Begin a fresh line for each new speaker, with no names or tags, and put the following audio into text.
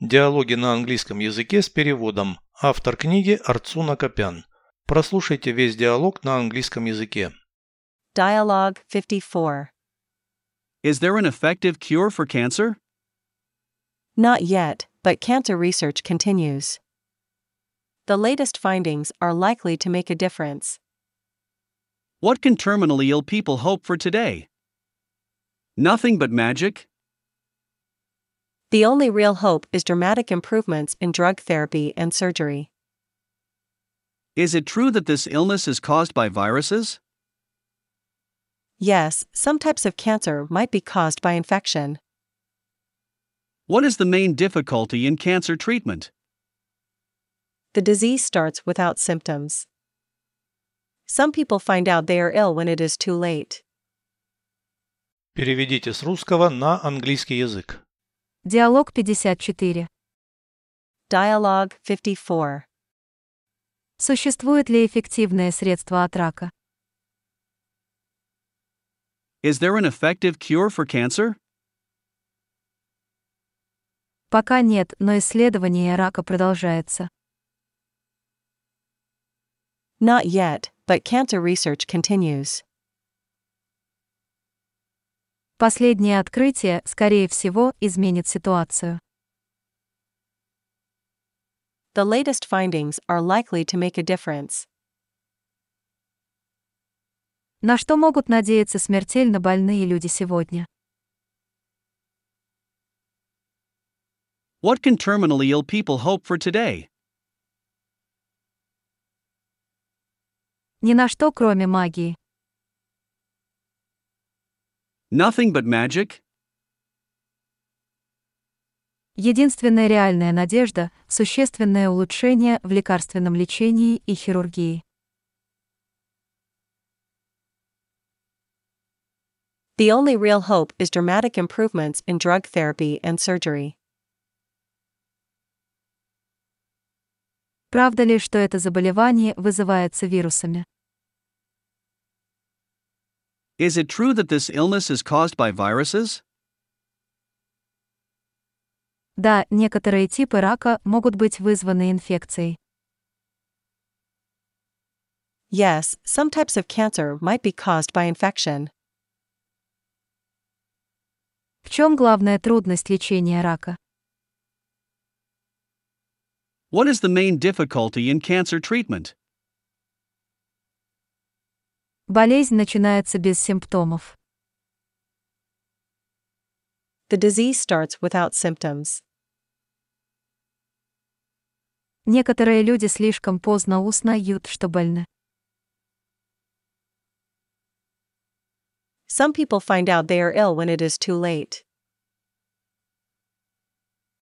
Диалоги на английском языке с переводом. Автор книги Арцуна Копян. Прослушайте весь диалог на английском языке.
Dialogue 54.
Is there an effective cure for cancer?
Not yet, but cancer research continues. The latest findings are likely to make a difference.
What can terminally ill people hope for today? Nothing but magic?
The only real hope is dramatic improvements in drug therapy and surgery.
Is it true that this illness is caused by viruses?
Yes, some types of cancer might be caused by infection.
What is the main difficulty in cancer treatment?
The disease starts without symptoms. Some people find out they are ill when it is too late.
Переведите с русского на английский язык.
Диалог 54.
Dialogue 54.
Существует ли эффективное средство от рака?
Is there an effective cure for cancer?
Пока нет, но исследование рака продолжается.
Not yet, but cancer research continues.
Последнее открытие, скорее всего, изменит ситуацию.
The latest findings are likely to make a difference.
На что могут надеяться смертельно больные люди сегодня?
What can terminally ill people hope for today?
Ни на что, кроме магии.
Nothing but magic?
Единственная реальная надежда – существенное улучшение в лекарственном лечении и хирургии.
The only real hope is dramatic improvements in drug therapy and surgery.
Правда ли, что это заболевание вызывается вирусами?
Is it true that this illness is caused by viruses?
Да, некоторые типы рака могут быть вызваны инфекцией.
Yes, some types of cancer might be caused by infection.
В чем главная трудность лечения рака?
What is the main difficulty in cancer treatment?
Болезнь начинается без симптомов.
The disease starts without symptoms.
Некоторые люди слишком поздно узнают, что больны.
Some people find out they are ill when it is too late.